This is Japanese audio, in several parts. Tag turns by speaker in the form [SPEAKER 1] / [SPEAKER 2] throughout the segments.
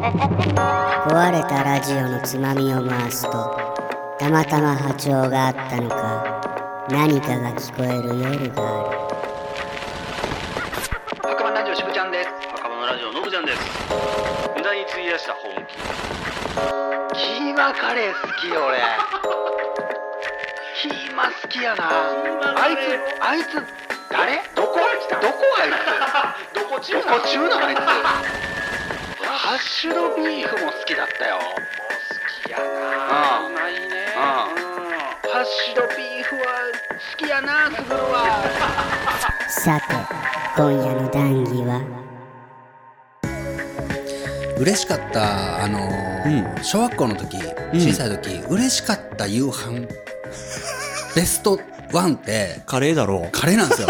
[SPEAKER 1] 壊れたラジオのつまみを回すとたまたま波長があったのか何かが聞こえる夜がある
[SPEAKER 2] 赤羽ラジオしぶちゃんです赤羽ラジオのぶちゃんです無駄に費やした本気キーマカレー好き俺キーマ好きやなあいつあいつ誰どこどこあいつ どこ中などこ中なのあいつハッシュドビーフも好きだったよ好きやなうまいねハッシュドビーフは好きやなすぐは
[SPEAKER 1] さて今夜の談義は
[SPEAKER 3] 嬉しかった、あのー小学校の時小さい時、嬉しかった夕飯ベストワンって
[SPEAKER 4] カレーだろ
[SPEAKER 3] カレーなん ですよ、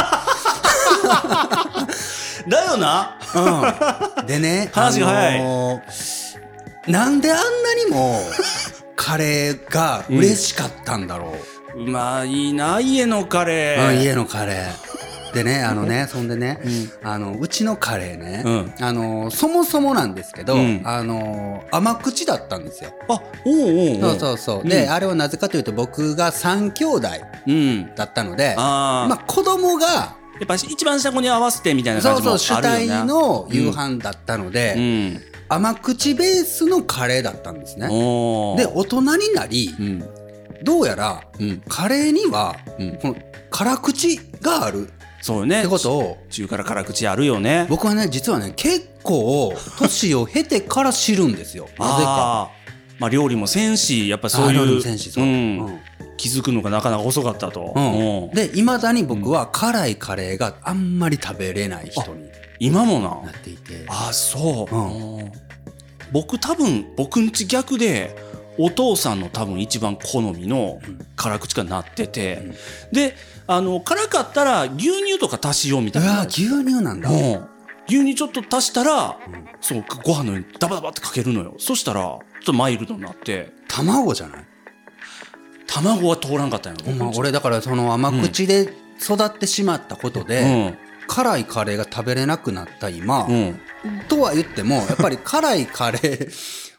[SPEAKER 4] う。だよな
[SPEAKER 3] うん、でね
[SPEAKER 4] 話が早い
[SPEAKER 3] ーなんであんなにもカレーが嬉しかったんだろう、
[SPEAKER 4] うまいな、家のカレ
[SPEAKER 3] うん
[SPEAKER 4] ー。
[SPEAKER 3] 家のカレーでねあのねそんでね、あのうちのカレーね、
[SPEAKER 4] う
[SPEAKER 3] あのーそもそもなんですけど、
[SPEAKER 4] うん
[SPEAKER 3] あのー甘口だったんですよ
[SPEAKER 4] あ、おうおうお
[SPEAKER 3] そうそうそう、
[SPEAKER 4] うん
[SPEAKER 3] であれはなぜかというと僕が3兄弟
[SPEAKER 4] う。うん。
[SPEAKER 3] だったので
[SPEAKER 4] あー
[SPEAKER 3] まあ、子供が
[SPEAKER 4] やっぱ一番下子に合わせてみたいな感
[SPEAKER 3] そう
[SPEAKER 4] じも
[SPEAKER 3] そう主
[SPEAKER 4] ある
[SPEAKER 3] 体
[SPEAKER 4] よね。
[SPEAKER 3] の夕飯だったので、
[SPEAKER 4] うん。
[SPEAKER 3] 甘口ベースのカレーだったんですね。
[SPEAKER 4] お
[SPEAKER 3] で
[SPEAKER 4] ー
[SPEAKER 3] 大人になり、
[SPEAKER 4] うん。
[SPEAKER 3] どうやら、
[SPEAKER 4] うん
[SPEAKER 3] カレーには、
[SPEAKER 4] うん
[SPEAKER 3] この辛口があるっ
[SPEAKER 4] そうよね。
[SPEAKER 3] てことを
[SPEAKER 4] 中から辛口あるよね。
[SPEAKER 3] 僕はね実はね結構年を経てから知るんですよ。なぜか。
[SPEAKER 4] あーまあ料理もせんし、やっぱそうい
[SPEAKER 3] あ料理も
[SPEAKER 4] う、
[SPEAKER 3] せんしそう
[SPEAKER 4] う
[SPEAKER 3] うんん
[SPEAKER 4] 気づくのがなかなか遅かったと。
[SPEAKER 3] うん
[SPEAKER 4] う、ん
[SPEAKER 3] でいまだに僕は辛いカレーがあんまり食べれない人に
[SPEAKER 4] 今も
[SPEAKER 3] なっ
[SPEAKER 4] な。
[SPEAKER 3] ていて。
[SPEAKER 4] あ、そう。
[SPEAKER 3] う
[SPEAKER 4] 僕多分、僕んち逆で、お父さんの多分一番好みの辛口がなってて、
[SPEAKER 3] うん
[SPEAKER 4] で、あの、辛かったら牛乳とか足しようみ
[SPEAKER 3] う
[SPEAKER 4] たい
[SPEAKER 3] わ
[SPEAKER 4] な。
[SPEAKER 3] 牛乳なんだ。
[SPEAKER 4] うん牛乳ちょっと足したら、
[SPEAKER 3] ん
[SPEAKER 4] そうご飯の上にダバダバってかけるのよそしたらちょっとマイルドになって
[SPEAKER 3] 卵じゃない
[SPEAKER 4] 卵は通らんかったんや
[SPEAKER 3] ほ
[SPEAKER 4] ろ
[SPEAKER 3] んま俺だからその甘口で育ってしまったこと
[SPEAKER 4] う
[SPEAKER 3] で、
[SPEAKER 4] ん
[SPEAKER 3] 辛いカレーが食べれなくなった今、
[SPEAKER 4] うん
[SPEAKER 3] とは言って もやっぱり辛いカレー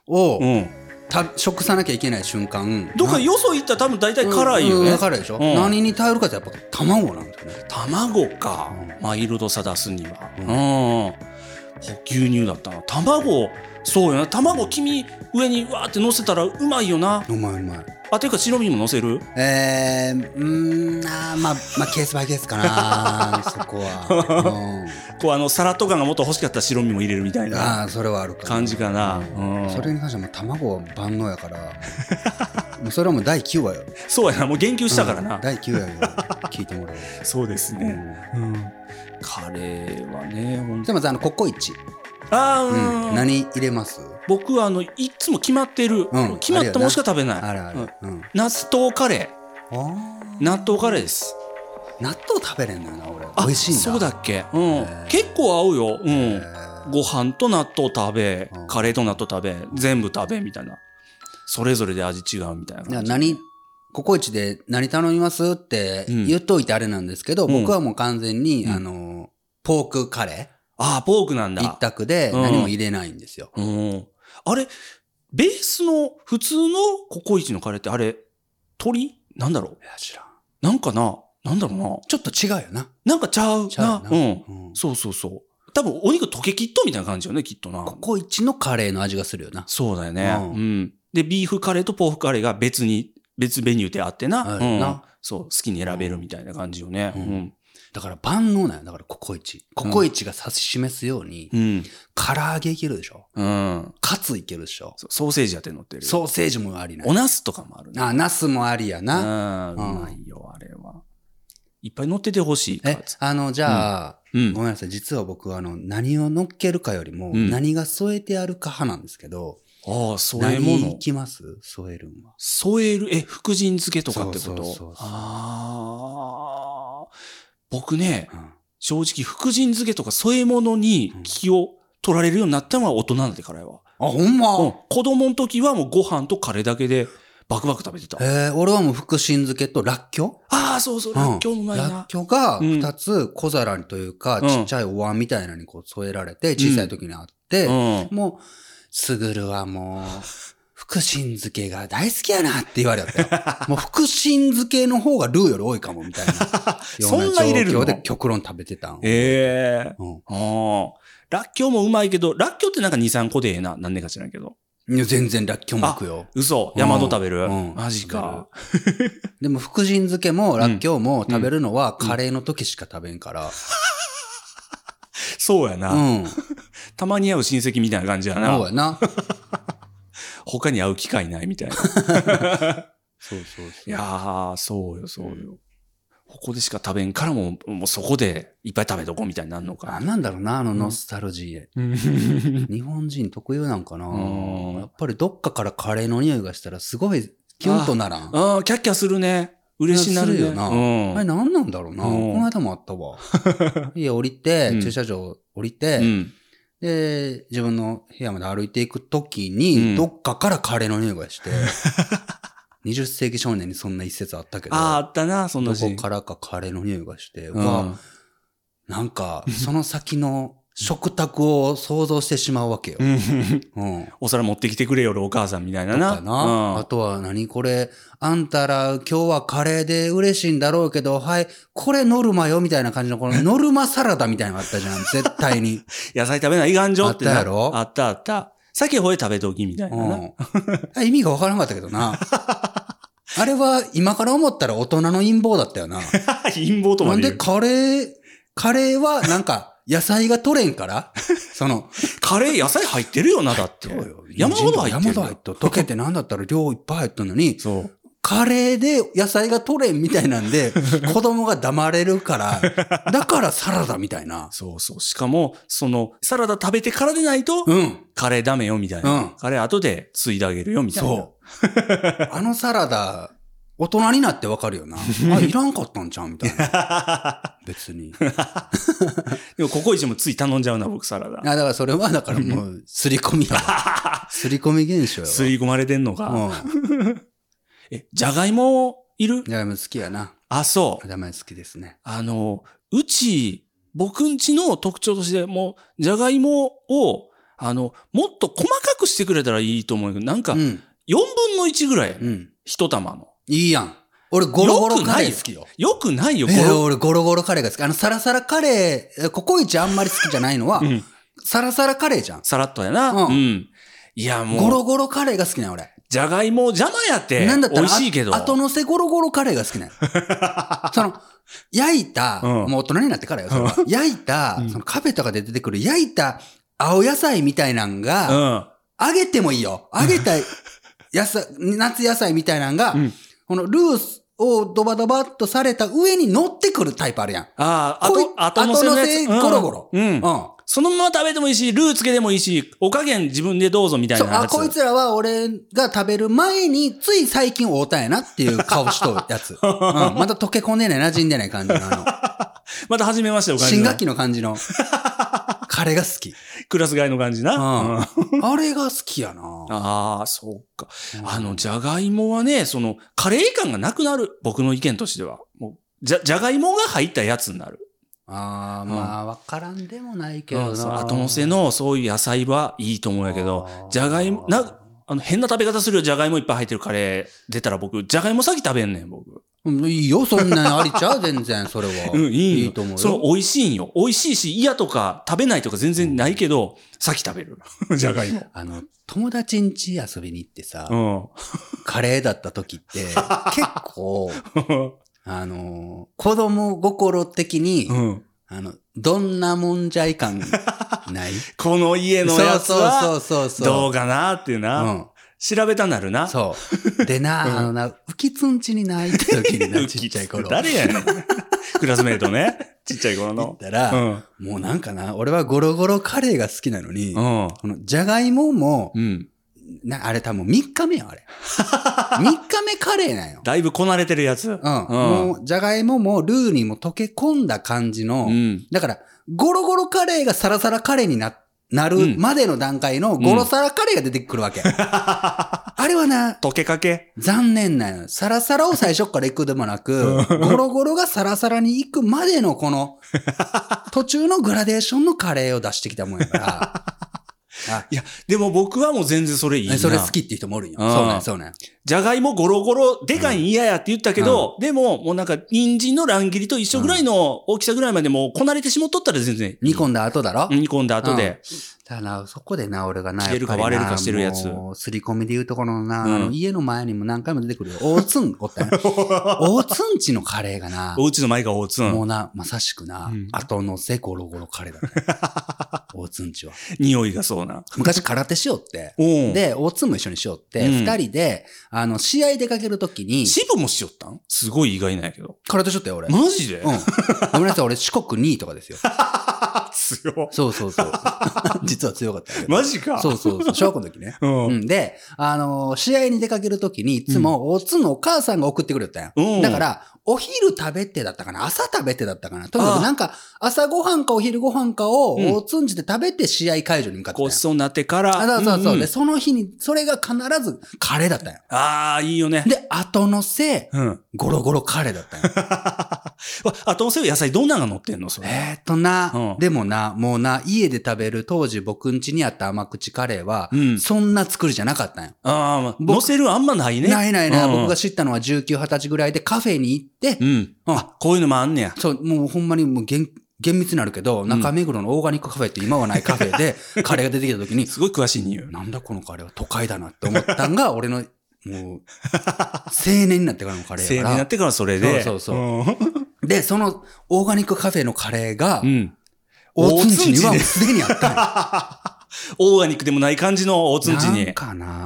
[SPEAKER 3] を、
[SPEAKER 4] うん
[SPEAKER 3] た食さなきゃいけない瞬間
[SPEAKER 4] どっか
[SPEAKER 3] な
[SPEAKER 4] よそ行ったら多分大体辛いよ
[SPEAKER 3] うん
[SPEAKER 4] ね、
[SPEAKER 3] うん辛いでしょ、
[SPEAKER 4] うん
[SPEAKER 3] 何に頼るかってやっぱ卵なんだよね
[SPEAKER 4] 卵か、マイルドさ出すにはうん、牛乳だったな卵そうよな卵君上にわーって乗せたらうまいよな
[SPEAKER 3] うまいうまい
[SPEAKER 4] あていうか白身も乗せる
[SPEAKER 3] えー、うーんあーまあまあケースバイケースかなそこ は、
[SPEAKER 4] こうあのサラッと感がもっと欲しかったら白身も入れるみた
[SPEAKER 3] う
[SPEAKER 4] い
[SPEAKER 3] ん、
[SPEAKER 4] な
[SPEAKER 3] ああそれはあるかな
[SPEAKER 4] 感じかな、うん、
[SPEAKER 3] それに関してはもう卵は万能やから もうそれはもう第9話よ
[SPEAKER 4] そうやなもう言及したからな、
[SPEAKER 3] うん第9話よ聞いてもらおう
[SPEAKER 4] そうです
[SPEAKER 3] う
[SPEAKER 4] ね。
[SPEAKER 3] ん
[SPEAKER 4] うん。カレーはね、ほん
[SPEAKER 3] じゃあまずあのココイチ、
[SPEAKER 4] あ
[SPEAKER 3] う、
[SPEAKER 4] ー、うんん、
[SPEAKER 3] 何入れます
[SPEAKER 4] 僕はあの、いつも決まってる。
[SPEAKER 3] うん
[SPEAKER 4] 決まったものしか食べない。
[SPEAKER 3] あるあ
[SPEAKER 4] う
[SPEAKER 3] る
[SPEAKER 4] ん、
[SPEAKER 3] うん、
[SPEAKER 4] 納豆カレ
[SPEAKER 3] あ
[SPEAKER 4] ー。納豆カレーです。
[SPEAKER 3] ー納豆食べれんのよな俺
[SPEAKER 4] あ
[SPEAKER 3] 美味しいんだ
[SPEAKER 4] そうだっけうん
[SPEAKER 3] ー。
[SPEAKER 4] 結構合うよ。うん。
[SPEAKER 3] え
[SPEAKER 4] ご飯と納豆食べ
[SPEAKER 3] うん、
[SPEAKER 4] カレーと納豆食べ、全部食べ、みたいな。それぞれで味違うみたいな
[SPEAKER 3] ー
[SPEAKER 4] 感じ。
[SPEAKER 3] 何ココイチで何頼みますって
[SPEAKER 4] うん
[SPEAKER 3] 言っといてあれなんですけど、
[SPEAKER 4] うん
[SPEAKER 3] 僕はもう完全に、
[SPEAKER 4] うん
[SPEAKER 3] あのポークカレ
[SPEAKER 4] ああ、ポークなん
[SPEAKER 3] ー一
[SPEAKER 4] だ。
[SPEAKER 3] 択で
[SPEAKER 4] うん
[SPEAKER 3] 何も入れないんですよ、
[SPEAKER 4] うん。あれ、ベースの普通のココイチのカレーってあれ、鳥なんだろう
[SPEAKER 3] いや知らん
[SPEAKER 4] なんかな、なんだろうな。
[SPEAKER 3] ちょっと違うよな
[SPEAKER 4] なんかちゃう
[SPEAKER 3] ちゃ
[SPEAKER 4] な
[SPEAKER 3] う。な
[SPEAKER 4] うん。
[SPEAKER 3] うん
[SPEAKER 4] そうそうそう。多分お肉溶けきっとみたいな感じよね、きっとな
[SPEAKER 3] コ。コイチのカレーの味がするよな
[SPEAKER 4] そうだよね。
[SPEAKER 3] うん
[SPEAKER 4] うん。で、ビーフカレーとポークカレーが別に、別メニューであってな。
[SPEAKER 3] あ
[SPEAKER 4] う
[SPEAKER 3] る
[SPEAKER 4] ん
[SPEAKER 3] な
[SPEAKER 4] そう、好きに選べるみたいな感じよね。
[SPEAKER 3] う
[SPEAKER 4] うんん。
[SPEAKER 3] だから万能なんよだからココイチココイチが指し示すように、
[SPEAKER 4] うん。
[SPEAKER 3] 唐揚げいけるでしょ
[SPEAKER 4] うん。
[SPEAKER 3] カツいけるでしょ
[SPEAKER 4] そうソーセージやって乗ってる。う。
[SPEAKER 3] ソーセージもありな
[SPEAKER 4] お茄子とかもあるね。
[SPEAKER 3] あ、ナスもありやな。
[SPEAKER 4] うん。う
[SPEAKER 3] うん
[SPEAKER 4] まいよ、あれは。いっぱい乗っててほしい。
[SPEAKER 3] え、あの、じゃあ、
[SPEAKER 4] うん
[SPEAKER 3] ご。めんなさい。実は僕は、あの、何を乗っけるかよりも、
[SPEAKER 4] うん
[SPEAKER 3] 何が添えてあるか派なんですけど、
[SPEAKER 4] ああ、添え
[SPEAKER 3] 何
[SPEAKER 4] 物
[SPEAKER 3] い。きます添えるんは。
[SPEAKER 4] 添える、え、福神漬けとかってこと
[SPEAKER 3] そうそうそうそう
[SPEAKER 4] ああ。僕ね、
[SPEAKER 3] うん
[SPEAKER 4] 正直、福神漬けとか添え物に気を取られるようになったのは大人なんで、彼は。
[SPEAKER 3] あ、ほんま、
[SPEAKER 4] うん。子供の時はもうご飯とカレーだけでバクバク食べてた。あ
[SPEAKER 3] えー俺はもう福神漬けとらっきょ
[SPEAKER 4] あー、そうそう、
[SPEAKER 3] う
[SPEAKER 4] ら
[SPEAKER 3] ん
[SPEAKER 4] っきょううまい
[SPEAKER 3] らっ
[SPEAKER 4] な。
[SPEAKER 3] きょが
[SPEAKER 4] うん
[SPEAKER 3] 二つ小皿というか、
[SPEAKER 4] うん
[SPEAKER 3] ちっちゃいお椀みたいなのにこう添えられて、小さい時にあって、
[SPEAKER 4] うん。
[SPEAKER 3] もう、すぐるはもう、福神漬けが大好きやなって言われよ ったよ。もう福神漬けの方がルーより多いかもみたいな。
[SPEAKER 4] そんな入れるの
[SPEAKER 3] ような状況で極論食べてたん。
[SPEAKER 4] ええ
[SPEAKER 3] うん
[SPEAKER 4] ああ。らっきょうもうまいけど、らっきょうってなんか2、3個でええな。何年か知らんけど。
[SPEAKER 3] いや全然らっきょうも食うよ。
[SPEAKER 4] 嘘。
[SPEAKER 3] うん
[SPEAKER 4] 山戸食べる、
[SPEAKER 3] うん
[SPEAKER 4] マジか。
[SPEAKER 3] でも福神漬けもらっきょうも食べるのはカレーの時しか食べんから。
[SPEAKER 4] そうやな、
[SPEAKER 3] うん。
[SPEAKER 4] たまに会う親戚みたいな感じや
[SPEAKER 3] そう
[SPEAKER 4] な。
[SPEAKER 3] やな。
[SPEAKER 4] 他に会う機会ないみ たいな。
[SPEAKER 3] そうそうそう。
[SPEAKER 4] いやー、そうよ、そうよ。ここでしか食べんからも、もうそこでいっぱい食べとこうみたいになるのか
[SPEAKER 3] なん。なんだろうな、あのノスタルジーで。日本人特有なんかな。
[SPEAKER 4] うん
[SPEAKER 3] やっぱりどっかからカレーの匂いがしたらすごいキュンとならん。あ
[SPEAKER 4] ああ、キャッキャするね。嬉しいなるね
[SPEAKER 3] するよな
[SPEAKER 4] うん。
[SPEAKER 3] れ何なんだろうな。
[SPEAKER 4] う
[SPEAKER 3] こ
[SPEAKER 4] ん
[SPEAKER 3] の間もあった わ。いや、降り
[SPEAKER 4] う
[SPEAKER 3] て
[SPEAKER 4] ん、
[SPEAKER 3] 駐車場降り
[SPEAKER 4] う
[SPEAKER 3] て、
[SPEAKER 4] ん
[SPEAKER 3] で、自分の部屋まで歩いていくとき
[SPEAKER 4] うん
[SPEAKER 3] に、どっかからカレーの匂いが して、20世紀少年にそんな一節あったけど、
[SPEAKER 4] ああ、あったな、そん
[SPEAKER 3] ど
[SPEAKER 4] なシー
[SPEAKER 3] こ
[SPEAKER 4] ン。
[SPEAKER 3] からかカレーの匂いがして、う
[SPEAKER 4] うん
[SPEAKER 3] わ、なんか、その先の食卓を想像してしまうわけよ。
[SPEAKER 4] うん
[SPEAKER 3] うん。
[SPEAKER 4] お皿持ってきてくれよるお母さんみたいな
[SPEAKER 3] と
[SPEAKER 4] な。
[SPEAKER 3] かな。
[SPEAKER 4] う
[SPEAKER 3] あ
[SPEAKER 4] ん
[SPEAKER 3] とは何これ、あんたら今日はカレーで嬉しいんだろうけど、はい、これノルマよみたいな感じの、こ のノルマサラダみたいなのあったじゃん、絶対に。
[SPEAKER 4] 野菜食べないかんじょってな
[SPEAKER 3] あったやろ
[SPEAKER 4] あったあった。鮭ほえ食べときみたいうなな。
[SPEAKER 3] ん。あ意味がわからなかったけど な。あれは今から思ったら大人の陰謀だったよ な。
[SPEAKER 4] 陰謀と
[SPEAKER 3] な
[SPEAKER 4] ま
[SPEAKER 3] ん
[SPEAKER 4] で
[SPEAKER 3] で
[SPEAKER 4] 言う。
[SPEAKER 3] カレー、カレーはなんか野菜が取れんからその、
[SPEAKER 4] カレー野菜入ってるよな、だって。山ほど入って
[SPEAKER 3] 山
[SPEAKER 4] る。
[SPEAKER 3] ほど入っとる溶けてなんだったら量いっぱい入っとるのに、
[SPEAKER 4] そう。
[SPEAKER 3] カレーで野菜が取れんみたいなん で、子供が黙れるから、だからサラダみたいな。
[SPEAKER 4] そうそう。しかも、その、サラダ食べてからでないと、
[SPEAKER 3] うん。
[SPEAKER 4] カレーダメよ、みたいな。
[SPEAKER 3] うん
[SPEAKER 4] カレー後で継いであげるよ、みたいな。
[SPEAKER 3] そう。 あのサラダ、大人になってわかるよな。あ、いらんかったんちゃうみたいな。 別に。あ
[SPEAKER 4] でも、ココイチもつい頼んじゃうな、僕、サラダ。
[SPEAKER 3] だからそれは、だからもう、すり込みやわ。 すり込み現象やわ。
[SPEAKER 4] 吸い込まれてんのが。
[SPEAKER 3] うん。
[SPEAKER 4] え、じゃがいもいる
[SPEAKER 3] じゃがいも好きやな。
[SPEAKER 4] あ、そう。
[SPEAKER 3] じゃがいも好きですね。
[SPEAKER 4] あの、うち、僕んちの特徴として、もう、じゃがいもを、あの、もっと細かくしてくれたらいいと思うけど、なんか、
[SPEAKER 3] う
[SPEAKER 4] 4
[SPEAKER 3] ん。
[SPEAKER 4] 分の1ぐらい、
[SPEAKER 3] うん。
[SPEAKER 4] 一玉の。
[SPEAKER 3] いいやん。俺、ゴロゴロカレー好きよ。
[SPEAKER 4] よくないよ、こ
[SPEAKER 3] えー
[SPEAKER 4] れ。
[SPEAKER 3] 俺、ゴロゴロカレーが好き。あの、サラサラカレー、えココイチあんまり好きじゃないのは、
[SPEAKER 4] うん
[SPEAKER 3] サラサラカレーじゃん。
[SPEAKER 4] さらっとやな。う。
[SPEAKER 3] うんん
[SPEAKER 4] いや、もう。
[SPEAKER 3] ゴロゴロカレーが好きなん俺。
[SPEAKER 4] じゃがいも邪魔やって。
[SPEAKER 3] なんだった
[SPEAKER 4] 美
[SPEAKER 3] ら、
[SPEAKER 4] 味しいけど。
[SPEAKER 3] あ後乗せゴロゴロカレーが好きなんよ その、焼いた、
[SPEAKER 4] うん
[SPEAKER 3] もう大人になってからよ、それは。焼いた、
[SPEAKER 4] うん
[SPEAKER 3] そのカフェとかで出てくる焼いた青野菜みたいなん
[SPEAKER 4] う
[SPEAKER 3] が、
[SPEAKER 4] ん。
[SPEAKER 3] 揚げてもいいよ。揚げた野菜、夏野菜みたいなんが、
[SPEAKER 4] うん
[SPEAKER 3] このルースをドバドバっとされた上に乗ってくるタイプあるやん。
[SPEAKER 4] ああ、あ
[SPEAKER 3] こい
[SPEAKER 4] と、あとのせのやつ。
[SPEAKER 3] 後乗せゴロゴロ
[SPEAKER 4] うん。うん
[SPEAKER 3] うん。
[SPEAKER 4] そのまま食べてもいいし、ルーつけてもいいし、お加減自分でどうぞみたい
[SPEAKER 3] そう、あ、
[SPEAKER 4] なやつ。
[SPEAKER 3] こいつらは俺が食べる前に、つい最近会うたんやなっていう顔しとるや つ。うん、まだ溶け込んでない、馴染んでない感じの、あ
[SPEAKER 4] また初めましてお
[SPEAKER 3] の、
[SPEAKER 4] 感じの。
[SPEAKER 3] 新学期の感 じの、カレーが好き。
[SPEAKER 4] クラス替えの感じな。
[SPEAKER 3] うん
[SPEAKER 4] うん
[SPEAKER 3] あれが好きやな。
[SPEAKER 4] ああ、そうか。
[SPEAKER 3] うん
[SPEAKER 4] あの、じゃがいもはね、その、カレー感がなくなる。僕の意見としては。もう、じゃ、じゃがいもが入ったやつになる。
[SPEAKER 3] あー、まあ、わからんでもないけ
[SPEAKER 4] う
[SPEAKER 3] ど
[SPEAKER 4] んそう
[SPEAKER 3] な。
[SPEAKER 4] 後乗せの、そういう野菜はいいと思うんやけど、
[SPEAKER 3] あー
[SPEAKER 4] じゃがいもなあの、変な食べ方するよ、じゃがいもいっぱい入ってるカレー出たら僕、じゃがいも先食べんねん、僕。
[SPEAKER 3] うんいいよ、そんなんありち ゃう全然、それは。
[SPEAKER 4] うん、いい
[SPEAKER 3] い
[SPEAKER 4] よ
[SPEAKER 3] いと思うよ
[SPEAKER 4] その、美味しいんよ。美味しいし、嫌とか、食べないとか全然ないけど、先食 べる。じゃがいも。
[SPEAKER 3] あの、友達ん家遊びに行ってさ、
[SPEAKER 4] う
[SPEAKER 3] カレーだった時 って、結構、
[SPEAKER 4] ん。
[SPEAKER 3] あのー子供心的に、
[SPEAKER 4] うん。
[SPEAKER 3] あの、どんなもんじゃい感ない
[SPEAKER 4] この家 のやつ
[SPEAKER 3] そ
[SPEAKER 4] は、
[SPEAKER 3] うそうそうそう。
[SPEAKER 4] どうかなっていうな。調べたなるな。
[SPEAKER 3] うん。そう。で な、あのな、浮きつんちに泣いた時にな、ちっちゃい頃。
[SPEAKER 4] 誰やね ん。クラスメイトね。ちっちゃい頃
[SPEAKER 3] 行っ
[SPEAKER 4] の。
[SPEAKER 3] たら、
[SPEAKER 4] うん。
[SPEAKER 3] もうなんかな、俺はゴロゴロカレーが好きなのに、
[SPEAKER 4] うん。
[SPEAKER 3] このじゃがいもも、
[SPEAKER 4] うん。
[SPEAKER 3] なあれ多分3日目よ、あ れ。3日目カレーなんよ。
[SPEAKER 4] だいぶこなれてるやつ。
[SPEAKER 3] うん。もう、じゃがいももルーにも溶け込んだ感じの、
[SPEAKER 4] うん。
[SPEAKER 3] だから、ゴロゴロカレーがサラサラカレーにな、なるまでの段階のゴロサラカレーが出てくるわけ。あれはな、
[SPEAKER 4] 溶けかけ。
[SPEAKER 3] 残念なの。サラサラを最初から行くでもなく、ゴロゴロがサラサラに行くまでの この、途中のグラデーションのカレーを出してきたもんやから。あ
[SPEAKER 4] いや、でも僕はもう全然それいいな。
[SPEAKER 3] えそれ好きって人もおるんよ。
[SPEAKER 4] うん
[SPEAKER 3] そうね、そうね。
[SPEAKER 4] じゃがいもゴロゴロ、でかいん嫌やって言ったけど、でも、もうなんか、人参の乱切りと一緒ぐらいの大きさぐらいまでもうこなれてしもっとったら全然。
[SPEAKER 3] 煮込んだ後だろ、
[SPEAKER 4] 煮込んだ後で。
[SPEAKER 3] ただな、そこでな、俺がな、
[SPEAKER 4] 切れるか
[SPEAKER 3] やっぱりな
[SPEAKER 4] 割れるかしてるやつ
[SPEAKER 3] もう、すり込みで言うところのな、
[SPEAKER 4] うん
[SPEAKER 3] あの、家の前にも何回も出てくるよ。大津ん、おった よ。大津んちのカレーがな、
[SPEAKER 4] おうちの前が大津
[SPEAKER 3] も
[SPEAKER 4] ん。
[SPEAKER 3] うな、まさしくな、
[SPEAKER 4] うん
[SPEAKER 3] 後のせゴロゴロカレーだね。 大津んちは。
[SPEAKER 4] 匂いがそうな。
[SPEAKER 3] 昔空手しようって。
[SPEAKER 4] うん。で、
[SPEAKER 3] で、大津んも一緒にしようって、
[SPEAKER 4] うん
[SPEAKER 3] 二、人で、あの、試合出かけるときに、
[SPEAKER 4] 支部もしよったんすごい意外なんやけど。
[SPEAKER 3] 空手しよったよ、俺。うん。
[SPEAKER 4] マジで、
[SPEAKER 3] ごめんなさい、俺四国2位とかですよ。
[SPEAKER 4] 強
[SPEAKER 3] そうそうそう。 実は強かったけど。
[SPEAKER 4] マジか。
[SPEAKER 3] そうそうそう。小学校の時ね。
[SPEAKER 4] うん。
[SPEAKER 3] うん。で、あのー試合に出かけるときに、いつも、おつのお母さんが送ってくれよったんや。
[SPEAKER 4] うん
[SPEAKER 3] だから、お昼食べてだったかな朝食べてだったかなとにか
[SPEAKER 4] あ
[SPEAKER 3] く
[SPEAKER 4] あ
[SPEAKER 3] なんか、朝ごはんかお昼ごはんかを、
[SPEAKER 4] うん
[SPEAKER 3] おつんじで食べて試合会場に向かってたん
[SPEAKER 4] ご
[SPEAKER 3] や
[SPEAKER 4] ち。そうになってから。
[SPEAKER 3] あそうそうそう。
[SPEAKER 4] んん
[SPEAKER 3] で、その日に、それが必ずカレーだったんや。
[SPEAKER 4] ああ、いいよね。
[SPEAKER 3] で、後のせ、
[SPEAKER 4] うん。わ
[SPEAKER 3] ゴロゴロカレーだった んや。
[SPEAKER 4] あとのせい野菜どんなのが乗ってんのそれ。
[SPEAKER 3] えーっとな、
[SPEAKER 4] うん
[SPEAKER 3] でもな、もうな、家で食べる当時僕ん家にあった甘口カレーは、
[SPEAKER 4] うん
[SPEAKER 3] そんな作りじゃなかったんや。
[SPEAKER 4] ああ、乗せるあんまないね。
[SPEAKER 3] ないないない、
[SPEAKER 4] うん
[SPEAKER 3] 僕が知ったのは19、20歳ぐらいでカフェに行って、
[SPEAKER 4] うん。あ、こういうのもあんねや。
[SPEAKER 3] そう、もうほんまにもう厳厳密になるけど、中目黒のオーガニックカフェって今はないカフェ で、カレーが出てきた時に、
[SPEAKER 4] すごい詳しい匂い。
[SPEAKER 3] なんだこのカレーは都会だなって思ったんが、俺の、もう、青年になってからのカレー
[SPEAKER 4] 生
[SPEAKER 3] や
[SPEAKER 4] 年
[SPEAKER 3] か
[SPEAKER 4] にな
[SPEAKER 3] ら
[SPEAKER 4] っ。てからそれで。
[SPEAKER 3] そうそう
[SPEAKER 4] そ
[SPEAKER 3] で、そのオーガニックカフェのカレーが
[SPEAKER 4] う。う、ん。
[SPEAKER 3] 大津んちにはも
[SPEAKER 4] 大津んちで
[SPEAKER 3] うすでにあったん よ
[SPEAKER 4] オーガニックでもない感じのおつんち
[SPEAKER 3] なん
[SPEAKER 4] に。
[SPEAKER 3] かな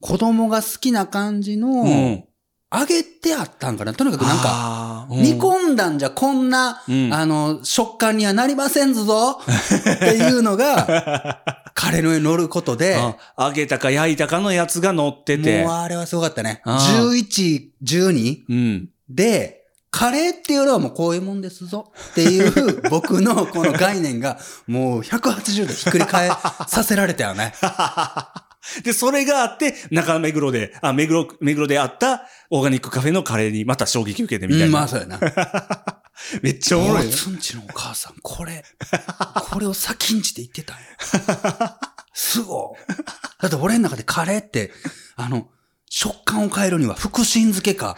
[SPEAKER 3] 子供が好きな感じ
[SPEAKER 4] う
[SPEAKER 3] の、。揚げてあったんかな。とにかくなんか、
[SPEAKER 4] か、うん
[SPEAKER 3] 煮込んだんじゃこんな、
[SPEAKER 4] うん
[SPEAKER 3] あの、食感にはなりませんぞっていうのが、 カレーの上に乗ることで、も
[SPEAKER 4] あ揚げたか焼いたかのやつが乗ってて
[SPEAKER 3] う。あれはすごかったね。
[SPEAKER 4] あー
[SPEAKER 3] 11、12
[SPEAKER 4] うん。
[SPEAKER 3] で、カレーっていうのはもうこういうもんですぞって いう僕のこの概念がもう180度ひっくり返させられたよね。
[SPEAKER 4] で、それがあって、中目黒で、あ、目黒、目黒であったオーガニックカフェのカレーにまた衝撃受けて みた
[SPEAKER 3] う
[SPEAKER 4] い
[SPEAKER 3] ん、ま
[SPEAKER 4] な
[SPEAKER 3] あ。そうやな。
[SPEAKER 4] めっちゃおもろい
[SPEAKER 3] 俺
[SPEAKER 4] ね。
[SPEAKER 3] つんちのお母さん、これ、これを先んじて言ってたんや。すごい。だって俺の中でカレーって、あの、食感を変えるには福神漬けか、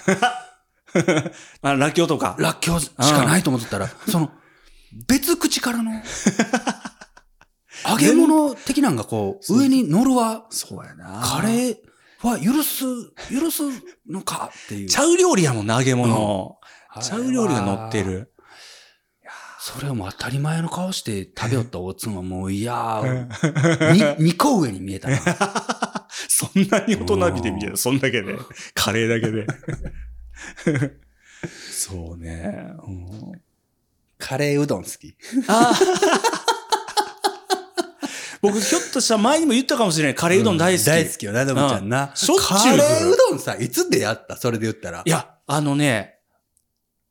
[SPEAKER 4] あ、ラッキョウとか。
[SPEAKER 3] らっきょうしかないと思ってたら、その、別口からの、揚げ物的なんがこう、上に乗るは、
[SPEAKER 4] そうやな
[SPEAKER 3] カ
[SPEAKER 4] ー。
[SPEAKER 3] レーは許す、許すのかっていう。
[SPEAKER 4] ちゃう料理やもんな、揚げ物。
[SPEAKER 3] あれは
[SPEAKER 4] ちゃう料理が乗って。る。
[SPEAKER 3] それはもう当たり前の顔して食べよったおつんはもう、いやー、に、2個上に見えたな。
[SPEAKER 4] そんなに大人びてみたい
[SPEAKER 3] うん
[SPEAKER 4] な、そんだけで。カレーだけで。そうね。うん
[SPEAKER 3] カレーうどん好き。
[SPEAKER 4] 僕、ひょっとしたら前にも言ったかもしれない。カレーうどん大好き。
[SPEAKER 3] 大好きよな、でもちゃんな。
[SPEAKER 4] うんしょっちゅ
[SPEAKER 3] カ
[SPEAKER 4] う
[SPEAKER 3] レーうどんさ、いつ出会ったそれで言ったら。
[SPEAKER 4] いや、あのね、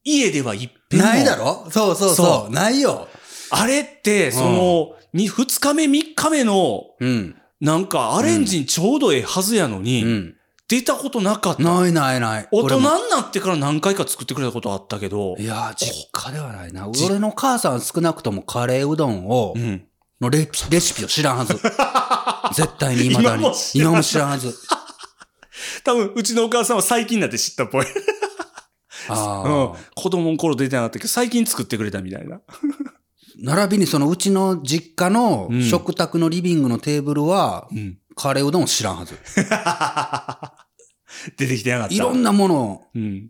[SPEAKER 4] 家では一遍も
[SPEAKER 3] ないだろそうそうそ。
[SPEAKER 4] そう
[SPEAKER 3] ないよ。
[SPEAKER 4] あれって、その、に二日目、三日目の、
[SPEAKER 3] うん。
[SPEAKER 4] なんかアレンジにちょうどええはずやの
[SPEAKER 3] う
[SPEAKER 4] に、
[SPEAKER 3] ん。
[SPEAKER 4] 出たことなかった。
[SPEAKER 3] ないないない。
[SPEAKER 4] 大
[SPEAKER 3] 俺
[SPEAKER 4] 人に
[SPEAKER 3] も
[SPEAKER 4] なってから何回か作ってくれたことあったけど
[SPEAKER 3] い、やー、実家ではないな。
[SPEAKER 4] じ
[SPEAKER 3] 俺の母さんは少なくともカレーうどんを
[SPEAKER 4] う、ん。
[SPEAKER 3] のレピレシピを知らんは ず。絶対に未だに
[SPEAKER 4] 今も。知らん
[SPEAKER 3] 今も知らんはず。
[SPEAKER 4] 多分、うちのお母さんは最近になって知ったっぽい。
[SPEAKER 3] あ
[SPEAKER 4] うん
[SPEAKER 3] ー。
[SPEAKER 4] 子供の頃出てなかったけど、最近作ってくれたみたいな。
[SPEAKER 3] 並びにそのうちの実家の
[SPEAKER 4] うん
[SPEAKER 3] 食卓のリビングのテーブルは、
[SPEAKER 4] うん。
[SPEAKER 3] カレーうどんを知らんはず。
[SPEAKER 4] 出てきてなかった。
[SPEAKER 3] いろんなものを
[SPEAKER 4] うん。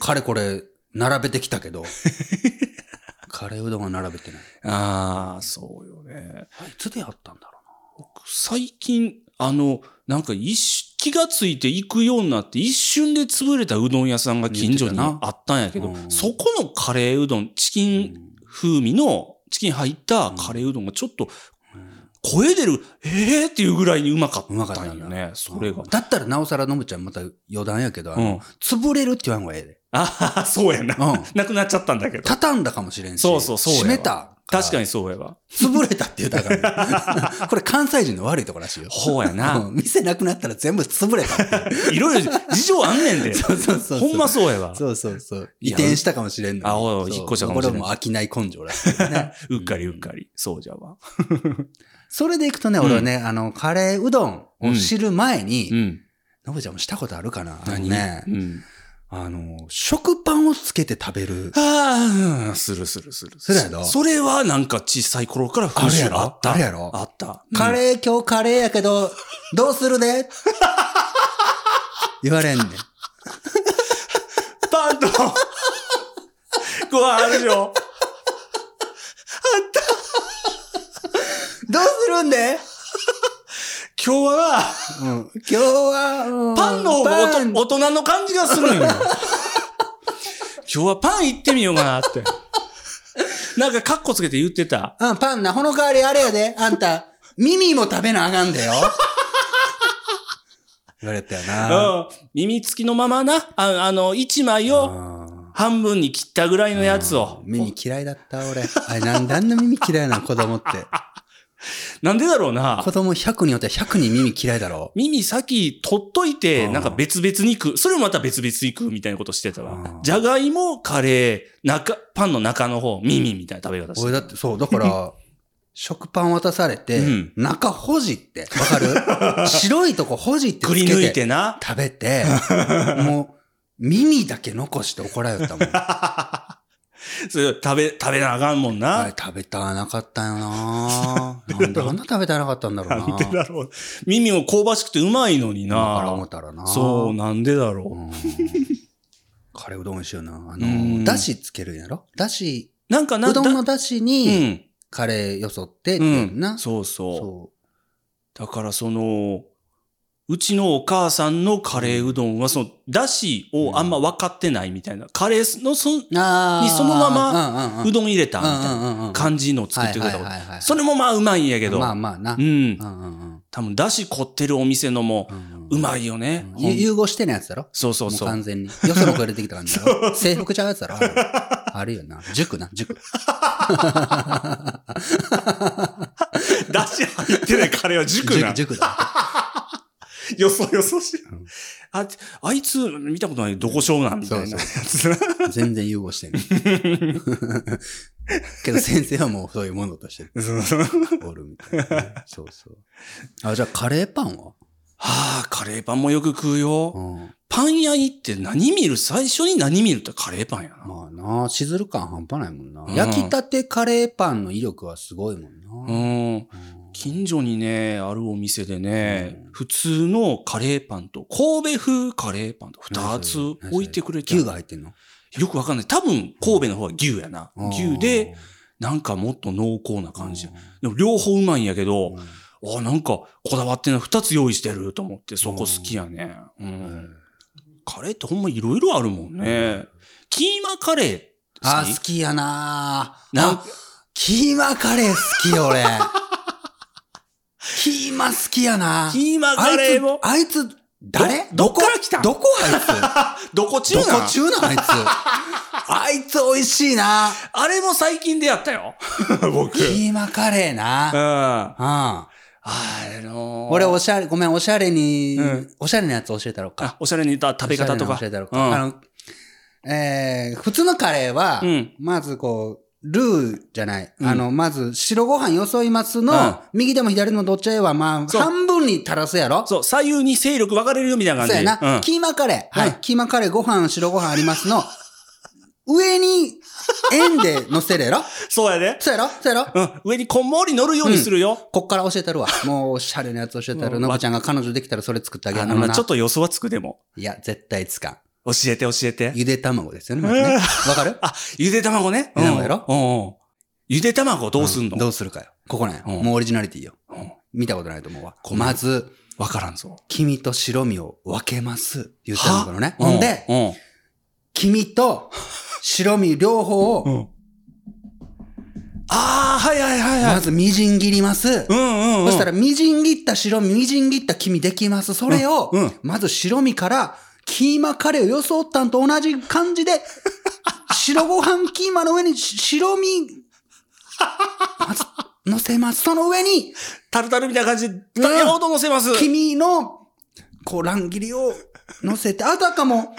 [SPEAKER 3] かれこれ並べてきたけ ど、カレーうどんは並べてない。
[SPEAKER 4] ああ、そうよね。
[SPEAKER 3] あいつでやったんだろ
[SPEAKER 4] 最近、あの、なんか一瞬気がついて行くようになって、一瞬で潰れたうどん屋さんが近所に
[SPEAKER 3] 言ってたな
[SPEAKER 4] あったんやけど、
[SPEAKER 3] うん
[SPEAKER 4] そこのカレーうどん、チキ
[SPEAKER 3] う
[SPEAKER 4] ン風味のチキン入ったカレーうどんがちょっと声出る、ええー、っていうぐらいにうまかっ
[SPEAKER 3] うまかったた
[SPEAKER 4] んよ
[SPEAKER 3] んだ
[SPEAKER 4] ね。それが。
[SPEAKER 3] だったらなおさらのむちゃんまた余談やけど、あ
[SPEAKER 4] う
[SPEAKER 3] の
[SPEAKER 4] ん。
[SPEAKER 3] 潰れるって言わん方がええで。
[SPEAKER 4] ああ、そうやな。
[SPEAKER 3] うん
[SPEAKER 4] なくなっちゃったんだけど。
[SPEAKER 3] 畳んだかもしれんし。
[SPEAKER 4] そうそう、そうやわ
[SPEAKER 3] 閉めた。
[SPEAKER 4] 確かに。そうやわ。
[SPEAKER 3] 潰れたって言うたらあ かんこれ関西人の悪いとこらしいよ。
[SPEAKER 4] ほうやな
[SPEAKER 3] うん店なくなったら全部潰れたっていう。
[SPEAKER 4] いろいろ事情あんねんで。
[SPEAKER 3] そうそうそうそう
[SPEAKER 4] ほんまそうやわ。
[SPEAKER 3] そうそうそう。
[SPEAKER 4] い
[SPEAKER 3] 移
[SPEAKER 4] や
[SPEAKER 3] 転したかもしれんのに。
[SPEAKER 4] あおい
[SPEAKER 3] そう
[SPEAKER 4] 引っ越したかもしれん
[SPEAKER 3] これも飽きない根性らしいよね。
[SPEAKER 4] うっかりうっかり。そうじゃわ。
[SPEAKER 3] それでいくとね、俺はね、あの、カレーうどんを知る前に、
[SPEAKER 4] ん。
[SPEAKER 3] のぶちゃんもしたことあるかな
[SPEAKER 4] 何
[SPEAKER 3] あの
[SPEAKER 4] う
[SPEAKER 3] ね、
[SPEAKER 4] ん。
[SPEAKER 3] あの、食パンをつけて食べる。
[SPEAKER 4] ああ、するするする。
[SPEAKER 3] それやろ
[SPEAKER 4] それはなんか小さい頃から風習あった。
[SPEAKER 3] あるやろ
[SPEAKER 4] あった。
[SPEAKER 3] カ
[SPEAKER 4] ー、
[SPEAKER 3] レー今日カレーやけ ど、どうするね言われんねん。
[SPEAKER 4] パンと、ご飯あるよ。
[SPEAKER 3] どうするんで、
[SPEAKER 4] 今日は、
[SPEAKER 3] うん、今日は、うん
[SPEAKER 4] パンの方がおと
[SPEAKER 3] パン
[SPEAKER 4] 大人の感じがするんよ。今日はパン行ってみようかなって。なんかカッコつけて言ってた。
[SPEAKER 3] うん、パンな、ほの代わりあれやで、あんた、耳も食べなあかん だよ。言われたよ
[SPEAKER 4] う
[SPEAKER 3] な。
[SPEAKER 4] ん。耳付きのままな、ああの、一枚を
[SPEAKER 3] うん
[SPEAKER 4] 半分に切ったぐらいのやつを。
[SPEAKER 3] 耳嫌いだった、俺。あれ、なんであんな耳嫌いなの、子供 って。
[SPEAKER 4] なんでだろうな
[SPEAKER 3] 子。供100人おって100人耳嫌いだろ。
[SPEAKER 4] 耳先取っといて、
[SPEAKER 3] うん
[SPEAKER 4] なんか別々に食う。それもまた別々に食うみたいなことしてた
[SPEAKER 3] う
[SPEAKER 4] わ
[SPEAKER 3] ん。
[SPEAKER 4] じゃがいも、カレー、中、パンの中の方、耳みたいな食べ方して
[SPEAKER 3] 俺だって、そう、だから、食パン渡されて、
[SPEAKER 4] うん
[SPEAKER 3] 中ほじって、わか る白いとこほじって
[SPEAKER 4] た。
[SPEAKER 3] つ
[SPEAKER 4] くり
[SPEAKER 3] け
[SPEAKER 4] 抜いてな。
[SPEAKER 3] 食べて、もう、耳だけ残して怒られたもん。あ
[SPEAKER 4] それ食べ、食べなあかんもんな。
[SPEAKER 3] れ食べたなかったよ ななんであんな食べたなかったんだろうな
[SPEAKER 4] なんでだろう。耳も香ばしくてうまいのに
[SPEAKER 3] 今から思
[SPEAKER 4] な
[SPEAKER 3] っ。たらな
[SPEAKER 4] そう、なんでだろ
[SPEAKER 3] うんカレーうどん美味しいよな。あ
[SPEAKER 4] うん
[SPEAKER 3] の、だしつけるんやろだし、
[SPEAKER 4] う。なんかな、
[SPEAKER 3] うどんの
[SPEAKER 4] だ
[SPEAKER 3] だし
[SPEAKER 4] う
[SPEAKER 3] に
[SPEAKER 4] ん。
[SPEAKER 3] カレーよそってって
[SPEAKER 4] う。
[SPEAKER 3] いうんな。
[SPEAKER 4] そうそう。
[SPEAKER 3] そ
[SPEAKER 4] だからその、うちのお母さんのカレーうどんは、その、だしをあんま分かってないみたいな。カレーのそん、
[SPEAKER 3] う。あ
[SPEAKER 4] に
[SPEAKER 3] あ。
[SPEAKER 4] そのまま
[SPEAKER 3] う
[SPEAKER 4] うどん入れた
[SPEAKER 3] だ
[SPEAKER 4] みたいな
[SPEAKER 3] な
[SPEAKER 4] 感じのを作ってくれたこと。
[SPEAKER 3] た
[SPEAKER 4] それもまあうまいんやけど。
[SPEAKER 3] まあまあな。
[SPEAKER 4] う
[SPEAKER 3] うんう。んうん
[SPEAKER 4] 多分、だし凝ってるお店のも
[SPEAKER 3] う、ん
[SPEAKER 4] うまいよね。
[SPEAKER 3] うん
[SPEAKER 4] ほん
[SPEAKER 3] ゆ融合してないやつだろ
[SPEAKER 4] そうそう
[SPEAKER 3] もう
[SPEAKER 4] そう。
[SPEAKER 3] 完全に。よその子入れてきた感 じだろ制服ちゃうやつだろあれあるよな。塾な、塾。
[SPEAKER 4] だし入ってないカレーは熟な
[SPEAKER 3] 塾、。塾だ。
[SPEAKER 4] よそよそしい
[SPEAKER 3] うん
[SPEAKER 4] あ、あいつ、見たことない、どこしょうなんみたいなやつ。
[SPEAKER 3] 全然融合してない。 けど先生はもうそういうものとして
[SPEAKER 4] そうそう は
[SPEAKER 3] おるみたいなね。 そうそう。あ、じゃあカレーパンは
[SPEAKER 4] あ、カレーパンもよく食うよ。
[SPEAKER 3] うん。
[SPEAKER 4] パン屋行って何見る最初に何見るってカレーパンやな。
[SPEAKER 3] まあなしずる感半端ないもんな。
[SPEAKER 4] うん
[SPEAKER 3] 焼きたてカレーパンの威力はすごいもん
[SPEAKER 4] う
[SPEAKER 3] な。
[SPEAKER 4] ん。近所にね、あるお店でね、普通のカレーパンと、神戸風カレーパンと二つ置いてくれて
[SPEAKER 3] 牛が入ってんの
[SPEAKER 4] よくわかんない。多分、神戸の方は牛やな。牛で、、なんかもっと濃厚な感じ。でも両方うまいんやけど、
[SPEAKER 3] うん
[SPEAKER 4] あ、なんか、こだわってんな。二つ用意してると思って、そこ好きやね。うん。
[SPEAKER 3] うん
[SPEAKER 4] カレーってほんまいろいろあるもんね。キーマカレー
[SPEAKER 3] あ、
[SPEAKER 4] 好
[SPEAKER 3] 好
[SPEAKER 4] き
[SPEAKER 3] きやなぁ
[SPEAKER 4] なん
[SPEAKER 3] あキーマカレー好き、 俺。キーマ好きやなぁ
[SPEAKER 4] キーマ
[SPEAKER 3] あ
[SPEAKER 4] カ
[SPEAKER 3] い
[SPEAKER 4] レ
[SPEAKER 3] つ
[SPEAKER 4] ーも、、
[SPEAKER 3] あいつ、誰
[SPEAKER 4] どどっから来た
[SPEAKER 3] どこあ
[SPEAKER 4] どこ
[SPEAKER 3] いつ
[SPEAKER 4] 中
[SPEAKER 3] ど
[SPEAKER 4] な
[SPEAKER 3] こ中 なんあいつ。あいつ美味しいなぁ
[SPEAKER 4] あれも最近出会ったよ。僕。うん。
[SPEAKER 3] キーマカレーな
[SPEAKER 4] あ
[SPEAKER 3] ぁうん。
[SPEAKER 4] のー、
[SPEAKER 3] 俺、おしゃれ、ごめん、おしゃれに
[SPEAKER 4] うん、
[SPEAKER 3] おしゃれなやつ教えたろうか
[SPEAKER 4] あ。おしゃれに言った食べ方と
[SPEAKER 3] お
[SPEAKER 4] か
[SPEAKER 3] しゃ。れなの教えたろう
[SPEAKER 4] うん
[SPEAKER 3] か。あの、えー普通のカレーは
[SPEAKER 4] うん、
[SPEAKER 3] まずこう、ルーじゃない。
[SPEAKER 4] うん
[SPEAKER 3] あの、まず、白ご飯よそいますの
[SPEAKER 4] うん、
[SPEAKER 3] 右でも左でもどっちやは、まあ、
[SPEAKER 4] そう
[SPEAKER 3] 半分に垂らすやろ
[SPEAKER 4] そう、左右に勢力分かれるよみたいな感
[SPEAKER 3] そう
[SPEAKER 4] じ。
[SPEAKER 3] やな。
[SPEAKER 4] ん
[SPEAKER 3] キーマカレー。は
[SPEAKER 4] うん
[SPEAKER 3] い。キーマカレー、ご飯、白ご飯ありますの、上に、円で乗せるやろ
[SPEAKER 4] そうやで。
[SPEAKER 3] そうやろそうやろ
[SPEAKER 4] うん。上にこんもり乗るようにするよ。
[SPEAKER 3] こっから教えたるわ。もう、おしゃれなやつ教えた
[SPEAKER 4] う
[SPEAKER 3] る。
[SPEAKER 4] ん
[SPEAKER 3] のぶちゃんが彼女できたらそれ作ってあげ
[SPEAKER 4] あ
[SPEAKER 3] る
[SPEAKER 4] の
[SPEAKER 3] の
[SPEAKER 4] まあ
[SPEAKER 3] な。
[SPEAKER 4] ちょっと予想はつくでも。
[SPEAKER 3] いや、絶対つかん。
[SPEAKER 4] 教えて教えて。
[SPEAKER 3] ゆで卵ですよね、まずね。わかる
[SPEAKER 4] あ、ゆで卵ね。
[SPEAKER 3] ゆで卵やろ
[SPEAKER 4] うんうんうん。ゆで卵どうすん
[SPEAKER 3] ど
[SPEAKER 4] の
[SPEAKER 3] うするかよ。ここね。
[SPEAKER 4] うん
[SPEAKER 3] もうオリジナリティよ。
[SPEAKER 4] うん
[SPEAKER 3] 見たことないと思うわ
[SPEAKER 4] ご。めん
[SPEAKER 3] まず、
[SPEAKER 4] わからんぞ。
[SPEAKER 3] 黄身と白身を分けます。ゆで卵のね。
[SPEAKER 4] は
[SPEAKER 3] ほんで、
[SPEAKER 4] うん
[SPEAKER 3] 黄身と白身両方を、
[SPEAKER 4] うん。うんああ、はいはいはいは
[SPEAKER 3] ま
[SPEAKER 4] い。
[SPEAKER 3] ずみじん切ります。
[SPEAKER 4] うんうんうん。
[SPEAKER 3] そしたら、みじん切った白身、みじん切った黄身できます。それを
[SPEAKER 4] うんうん、
[SPEAKER 3] まず白身から、黄キーマカレーを装ったんと同じ感 じで、白ご飯キーマの上にし白身、まず乗せます。その上に、
[SPEAKER 4] タルタルみたいな感じで、なるほど乗せます。
[SPEAKER 3] 君の、こう、乱切りを乗せて、あたかも、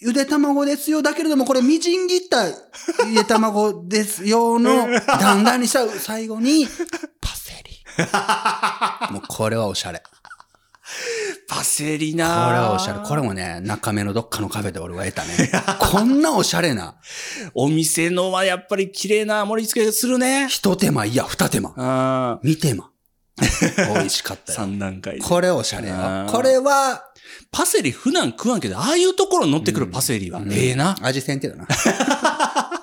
[SPEAKER 3] ゆで卵ですよ。だけれども、これ、みじん切ったゆで卵ですよ の、だんだんにした最後に、パセリ。もう、これはおしゃれ。こ
[SPEAKER 4] パセリ
[SPEAKER 3] れ
[SPEAKER 4] な
[SPEAKER 3] はおしゃれ。これもね、中目のどっかのカフェで俺は得たね。こんなおしゃれな、
[SPEAKER 4] お店のはやっぱり綺麗な盛り付けする ね。
[SPEAKER 3] 一手間、いや、二手間、
[SPEAKER 4] あ
[SPEAKER 3] 三手間。美味しかったよ。
[SPEAKER 4] 3段階で。
[SPEAKER 3] これおしゃれよ
[SPEAKER 4] あー
[SPEAKER 3] これは、
[SPEAKER 4] パセリ普段食わんけど、ああいうところに乗ってくるパセリは、
[SPEAKER 3] うん
[SPEAKER 4] ええな。
[SPEAKER 3] 味せんけどな。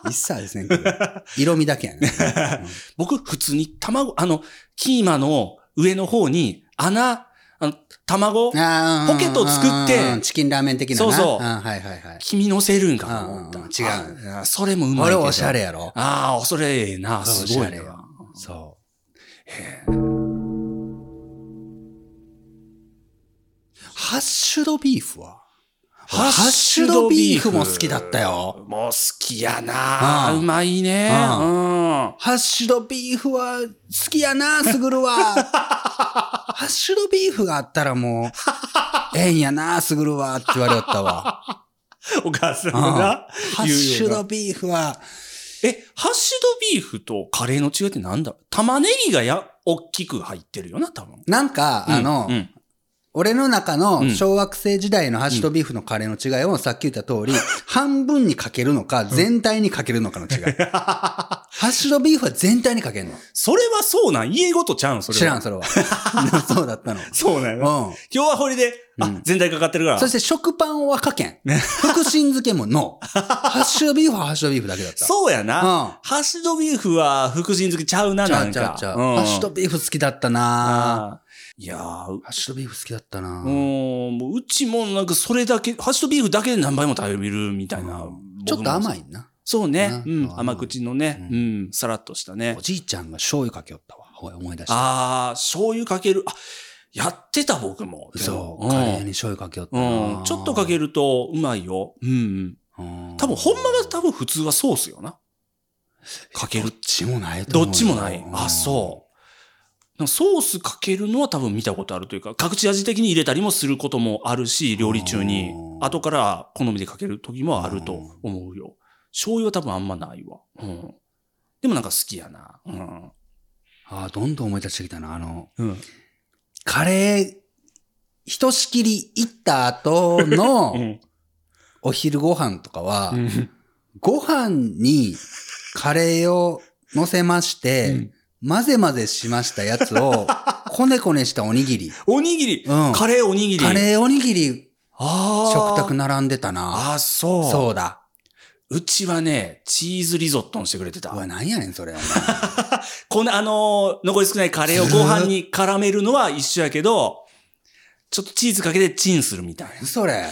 [SPEAKER 3] 一切味せんけど。色味だけやね。
[SPEAKER 4] 僕、普通に卵、あの、キーマの上の方に穴、あの、卵、
[SPEAKER 3] あー
[SPEAKER 4] ポケットを作って
[SPEAKER 3] うんうんうんチキンラーメン的なな。
[SPEAKER 4] そうそうん
[SPEAKER 3] はいはいはい。
[SPEAKER 4] 黄身乗せるんかな思った。
[SPEAKER 3] うんうん違う
[SPEAKER 4] あそれもうまいけど。
[SPEAKER 3] あれおしゃれ。やろ
[SPEAKER 4] ああ、それええな。すご
[SPEAKER 3] おしゃ
[SPEAKER 4] い
[SPEAKER 3] れ
[SPEAKER 4] ね。
[SPEAKER 3] よそ
[SPEAKER 4] へえ
[SPEAKER 3] う。ハッシュドビーフは
[SPEAKER 4] ハ
[SPEAKER 3] ハ
[SPEAKER 4] ッ
[SPEAKER 3] ッ
[SPEAKER 4] シ
[SPEAKER 3] シ
[SPEAKER 4] ュ
[SPEAKER 3] ュ
[SPEAKER 4] ド
[SPEAKER 3] ド
[SPEAKER 4] ビ
[SPEAKER 3] ビ
[SPEAKER 4] ー
[SPEAKER 3] ー
[SPEAKER 4] フ
[SPEAKER 3] フも好きだったよ。
[SPEAKER 4] もう好きやな。
[SPEAKER 3] うん
[SPEAKER 4] うまいね。
[SPEAKER 3] う
[SPEAKER 4] うん。
[SPEAKER 3] ハッシュドビーフは好きやな、すぐる は。ハッシュドビーフがあったらも う、ええんやな、すぐるはって言われよったわ。
[SPEAKER 4] お母さん
[SPEAKER 3] うん
[SPEAKER 4] が
[SPEAKER 3] ハ
[SPEAKER 4] 言
[SPEAKER 3] ッ
[SPEAKER 4] うような
[SPEAKER 3] シュドビーフは、
[SPEAKER 4] え、ハッシュドビーフとカレーの違いってなんだ玉ねぎがや、大きく入ってるよな、多分。
[SPEAKER 3] なんか、あの、
[SPEAKER 4] うんうん
[SPEAKER 3] 俺の中
[SPEAKER 4] う
[SPEAKER 3] の
[SPEAKER 4] ん
[SPEAKER 3] 小学生時代のハッシュドビーフのカレーの違いはさっき言った通り、半分にかけるのか、全体にかけるのかの違い。 ハッシュドビーフは全体にかけるの。
[SPEAKER 4] それはそうなん家ごとちゃうんそれは
[SPEAKER 3] 知らん、それ は。そうだったの。
[SPEAKER 4] そうな
[SPEAKER 3] う
[SPEAKER 4] んやな
[SPEAKER 3] ん。
[SPEAKER 4] 今日はこれで、あ、
[SPEAKER 3] うん
[SPEAKER 4] 全体かかってるから。
[SPEAKER 3] そして食パンはかけん。福神漬けもノー。 ハッシュドビーフはハッシュドビーフだけだった。
[SPEAKER 4] そうやな。
[SPEAKER 3] うん
[SPEAKER 4] ハッシュドビーフは福神漬けちゃうな、
[SPEAKER 3] ちゃ
[SPEAKER 4] な
[SPEAKER 3] うんちゃ
[SPEAKER 4] か
[SPEAKER 3] う。ちゃう。
[SPEAKER 4] うん
[SPEAKER 3] ハッシュドビーフ好きだったな
[SPEAKER 4] あーいやーう
[SPEAKER 3] ハッシュドビーフ好きだったな
[SPEAKER 4] うん、もううちもなんかそれだけ、ハッシュドビーフだけで何倍も食べるみたいな。
[SPEAKER 3] ちょっと甘
[SPEAKER 4] い。
[SPEAKER 3] いな。
[SPEAKER 4] そうね。う
[SPEAKER 3] うん
[SPEAKER 4] ん、甘口のね、う、
[SPEAKER 3] うん
[SPEAKER 4] さらっとしたね
[SPEAKER 3] お。じいちゃんが醤油かけよったわ。おい思い出した。
[SPEAKER 4] ああ、醤油かける。あ、やってた僕も。でも
[SPEAKER 3] そう。カレーに醤油かけよった
[SPEAKER 4] うん。うん、ちょっとかけ
[SPEAKER 3] る。
[SPEAKER 4] るとうまいよ。うんうん。多分、ほんまは多分普通はソースよな。かけ
[SPEAKER 3] ど
[SPEAKER 4] る
[SPEAKER 3] っちもないと
[SPEAKER 4] ど
[SPEAKER 3] 思う
[SPEAKER 4] っ
[SPEAKER 3] よ
[SPEAKER 4] ちもない。あ、そう。なんかソースかけるのは多分見たことあるというか、各地味的に入れたりもすることもあるし、料理中に
[SPEAKER 3] う。ん
[SPEAKER 4] 後から好みでかける時もあると
[SPEAKER 3] うん
[SPEAKER 4] 思うよ。醤油は多分あんまないわ。うん。でもなんか好きやな。うん。
[SPEAKER 3] う。あーどんどん思い出してきたな。あの、
[SPEAKER 4] うん。
[SPEAKER 3] カレー、ひとしきり行った後 の
[SPEAKER 4] ん。
[SPEAKER 3] お昼ご飯とかは、
[SPEAKER 4] うん
[SPEAKER 3] ご飯にカレーを乗せまして、混ぜ混ぜしましたやつ を、こねこねしたおにぎり。
[SPEAKER 4] おにぎり。
[SPEAKER 3] うん。
[SPEAKER 4] カレーおにぎり。
[SPEAKER 3] カレーおにぎり、
[SPEAKER 4] あー
[SPEAKER 3] 食卓並んでたな。
[SPEAKER 4] あー、そう。
[SPEAKER 3] そうだ。
[SPEAKER 4] うちはね、チーズリゾットにしてくれてた
[SPEAKER 3] う。わ、なんやねん、それ。お前
[SPEAKER 4] この、あのー残り少ないカレーをご飯に絡めるのは一緒やけど、ちょっとチーズかけてチンするみたい
[SPEAKER 3] 何それ。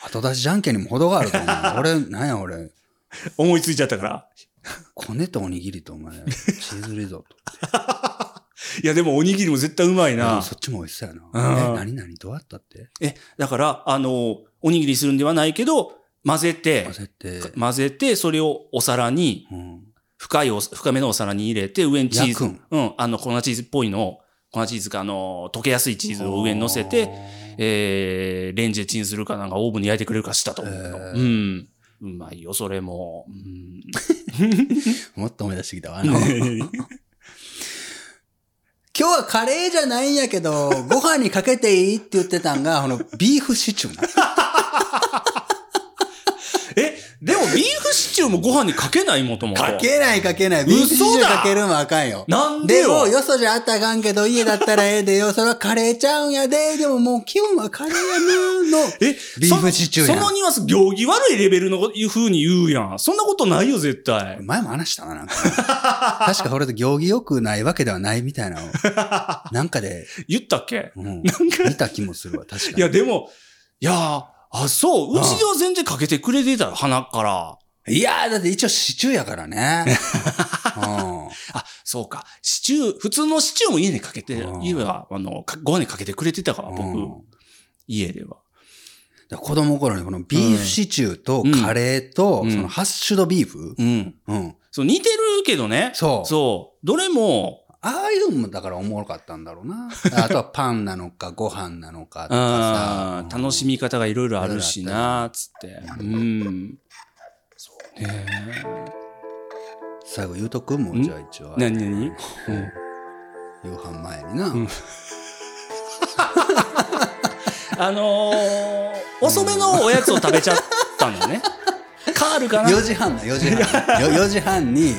[SPEAKER 3] 後出しじゃんけんにも程があると思う。俺、なんや俺。
[SPEAKER 4] な。 思いついちゃったから。
[SPEAKER 3] こねとおにぎりとお前、チーズリゾット。
[SPEAKER 4] いや、でもおにぎりも絶対うまい
[SPEAKER 3] うん
[SPEAKER 4] な。
[SPEAKER 3] そっちも美味しそうやな。
[SPEAKER 4] うん
[SPEAKER 3] え、何々どうやったって
[SPEAKER 4] え、だから、あのーおにぎりするんではないけど、混ぜて
[SPEAKER 3] 混、ぜて。
[SPEAKER 4] 混ぜて、それをお皿に、
[SPEAKER 3] うん。
[SPEAKER 4] 深いお、深めのお皿に入れて、上にチー
[SPEAKER 3] 焼
[SPEAKER 4] ズ、
[SPEAKER 3] く
[SPEAKER 4] うんん、あの、粉チーズっぽいのを、粉チーズか、あのー溶けやすいチーズを上に乗せて、えー、レンジでチンするかなんかオーブンに焼いてくれるかしたと思うよ、
[SPEAKER 3] へー
[SPEAKER 4] うん。うまいよ、それも。 うん、
[SPEAKER 3] もっと思い出してきたわ。あの、今日はカレーじゃないんやけ ど、ご飯にかけていいって言ってたんが、この、ビーフシチューな。
[SPEAKER 4] え、でもビーフシチューもご飯にかけないもともと。
[SPEAKER 3] かけないかけない。ビーフシチュ
[SPEAKER 4] 嘘
[SPEAKER 3] ー
[SPEAKER 4] だ
[SPEAKER 3] かけるんはあかんよ。
[SPEAKER 4] なんで
[SPEAKER 3] で
[SPEAKER 4] よ
[SPEAKER 3] も、よそじゃあったらあかんけど、家だったらええでよ、それはカレーちゃうんやで、でももう気分はカレーやなの。
[SPEAKER 4] え、
[SPEAKER 3] ビーフシチューやん
[SPEAKER 4] そのそのニュアンス、行儀悪いレベルのいう風に言うやん。そんなことないよ、絶対。
[SPEAKER 3] 前も話したな、なんか。確か俺と行儀良くないわけではないみたいなのをなんかで、
[SPEAKER 4] 言ったっけ
[SPEAKER 3] うん、見た気もするわ、確か
[SPEAKER 4] い
[SPEAKER 3] に。
[SPEAKER 4] や、でも、いやー、あ、そう。
[SPEAKER 3] うん
[SPEAKER 4] うちでは全然かけてくれてたよ、鼻から。
[SPEAKER 3] いやー、だって一応シチューやから ね。うん
[SPEAKER 4] あ、そうか。シチュー、普通のシチューも家にかけて
[SPEAKER 3] う、ん
[SPEAKER 4] 家は、あの、かご飯にかけてくれてたから、
[SPEAKER 3] う
[SPEAKER 4] 僕、
[SPEAKER 3] ん
[SPEAKER 4] 家では。
[SPEAKER 3] だから子供頃にこのビーフシチューとカレーと、
[SPEAKER 4] うん
[SPEAKER 3] そのハッシュドビーフ、
[SPEAKER 4] うん。
[SPEAKER 3] うん。
[SPEAKER 4] そう、似てるけどね。
[SPEAKER 3] そう
[SPEAKER 4] そう。どれも、
[SPEAKER 3] ああいうのもだからおもろかったんだろう な。あとはパンなのかご飯なのかと
[SPEAKER 4] あ
[SPEAKER 3] か
[SPEAKER 4] ー
[SPEAKER 3] さ。
[SPEAKER 4] 楽しみ方がいろいろあるしな、つって。うん。そうね。
[SPEAKER 3] 最後言うとくも
[SPEAKER 4] ん
[SPEAKER 3] うじゃあ一応。
[SPEAKER 4] 何々うん
[SPEAKER 3] 夕飯前にな。
[SPEAKER 4] あのー、遅めのおやつを食べちゃったんだね。カールかな
[SPEAKER 3] 4時半だ、4時半。よ4時半に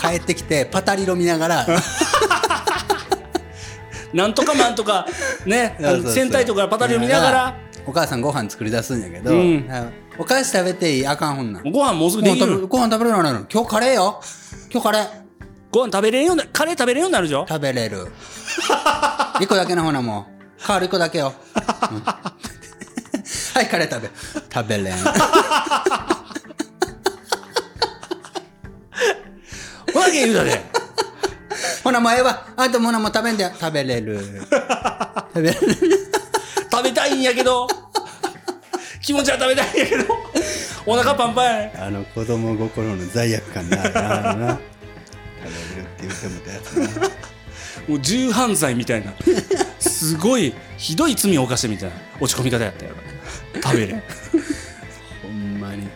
[SPEAKER 3] 帰ってきてパタリロ見なが ら、
[SPEAKER 4] なんとかマンとか、ね、
[SPEAKER 3] そうそうそう
[SPEAKER 4] 戦隊とかパタリを見ながら、
[SPEAKER 3] お母さんご飯作り出すんやけど、
[SPEAKER 4] うん
[SPEAKER 3] お菓子食べていいあかんほんなん。
[SPEAKER 4] ご飯もうすぐ
[SPEAKER 3] ご
[SPEAKER 4] で
[SPEAKER 3] 飯
[SPEAKER 4] き
[SPEAKER 3] 食べ
[SPEAKER 4] る。
[SPEAKER 3] ご飯食べれるようになるの今日カレーよ今日カレー
[SPEAKER 4] ご飯食べれるような、カレー食べれるようになるでしょ
[SPEAKER 3] 食べれる 一個だけのほなもうカール一個だけよ、うん はいカレー食べ食べ れん
[SPEAKER 4] わけ言うたで。
[SPEAKER 3] ほなもうええわあんたもほなもう食べんだよ食べれる食べれる
[SPEAKER 4] 食べたいんや けど、気持ちは食べたいんやけど、お腹パンパンやね。
[SPEAKER 3] あの子供心の罪悪感なあるな食べれるって言ってもたやつな
[SPEAKER 4] もう重犯罪みたいなすごいひどい罪を犯してみたいな落ち込み方やったよ食べれ
[SPEAKER 3] ほんまに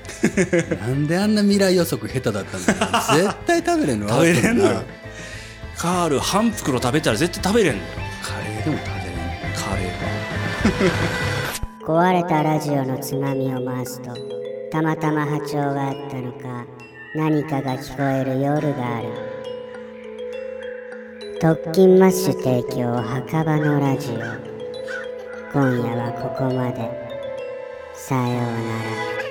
[SPEAKER 3] なんであんな未来予測下手だったんだろう絶対食べれんの
[SPEAKER 4] 食べれんの
[SPEAKER 3] わか
[SPEAKER 4] よ
[SPEAKER 3] るな
[SPEAKER 4] カール半袋食べたら絶対食べれんのよ
[SPEAKER 3] カレーでも食べれんの
[SPEAKER 4] カレー
[SPEAKER 1] 壊
[SPEAKER 4] は
[SPEAKER 1] れたラジオのつまみを回すとたまたま波長があったのか何かが聞こえる夜がある特勤マッシュ提供墓場のラジオ今夜はここまでさようなら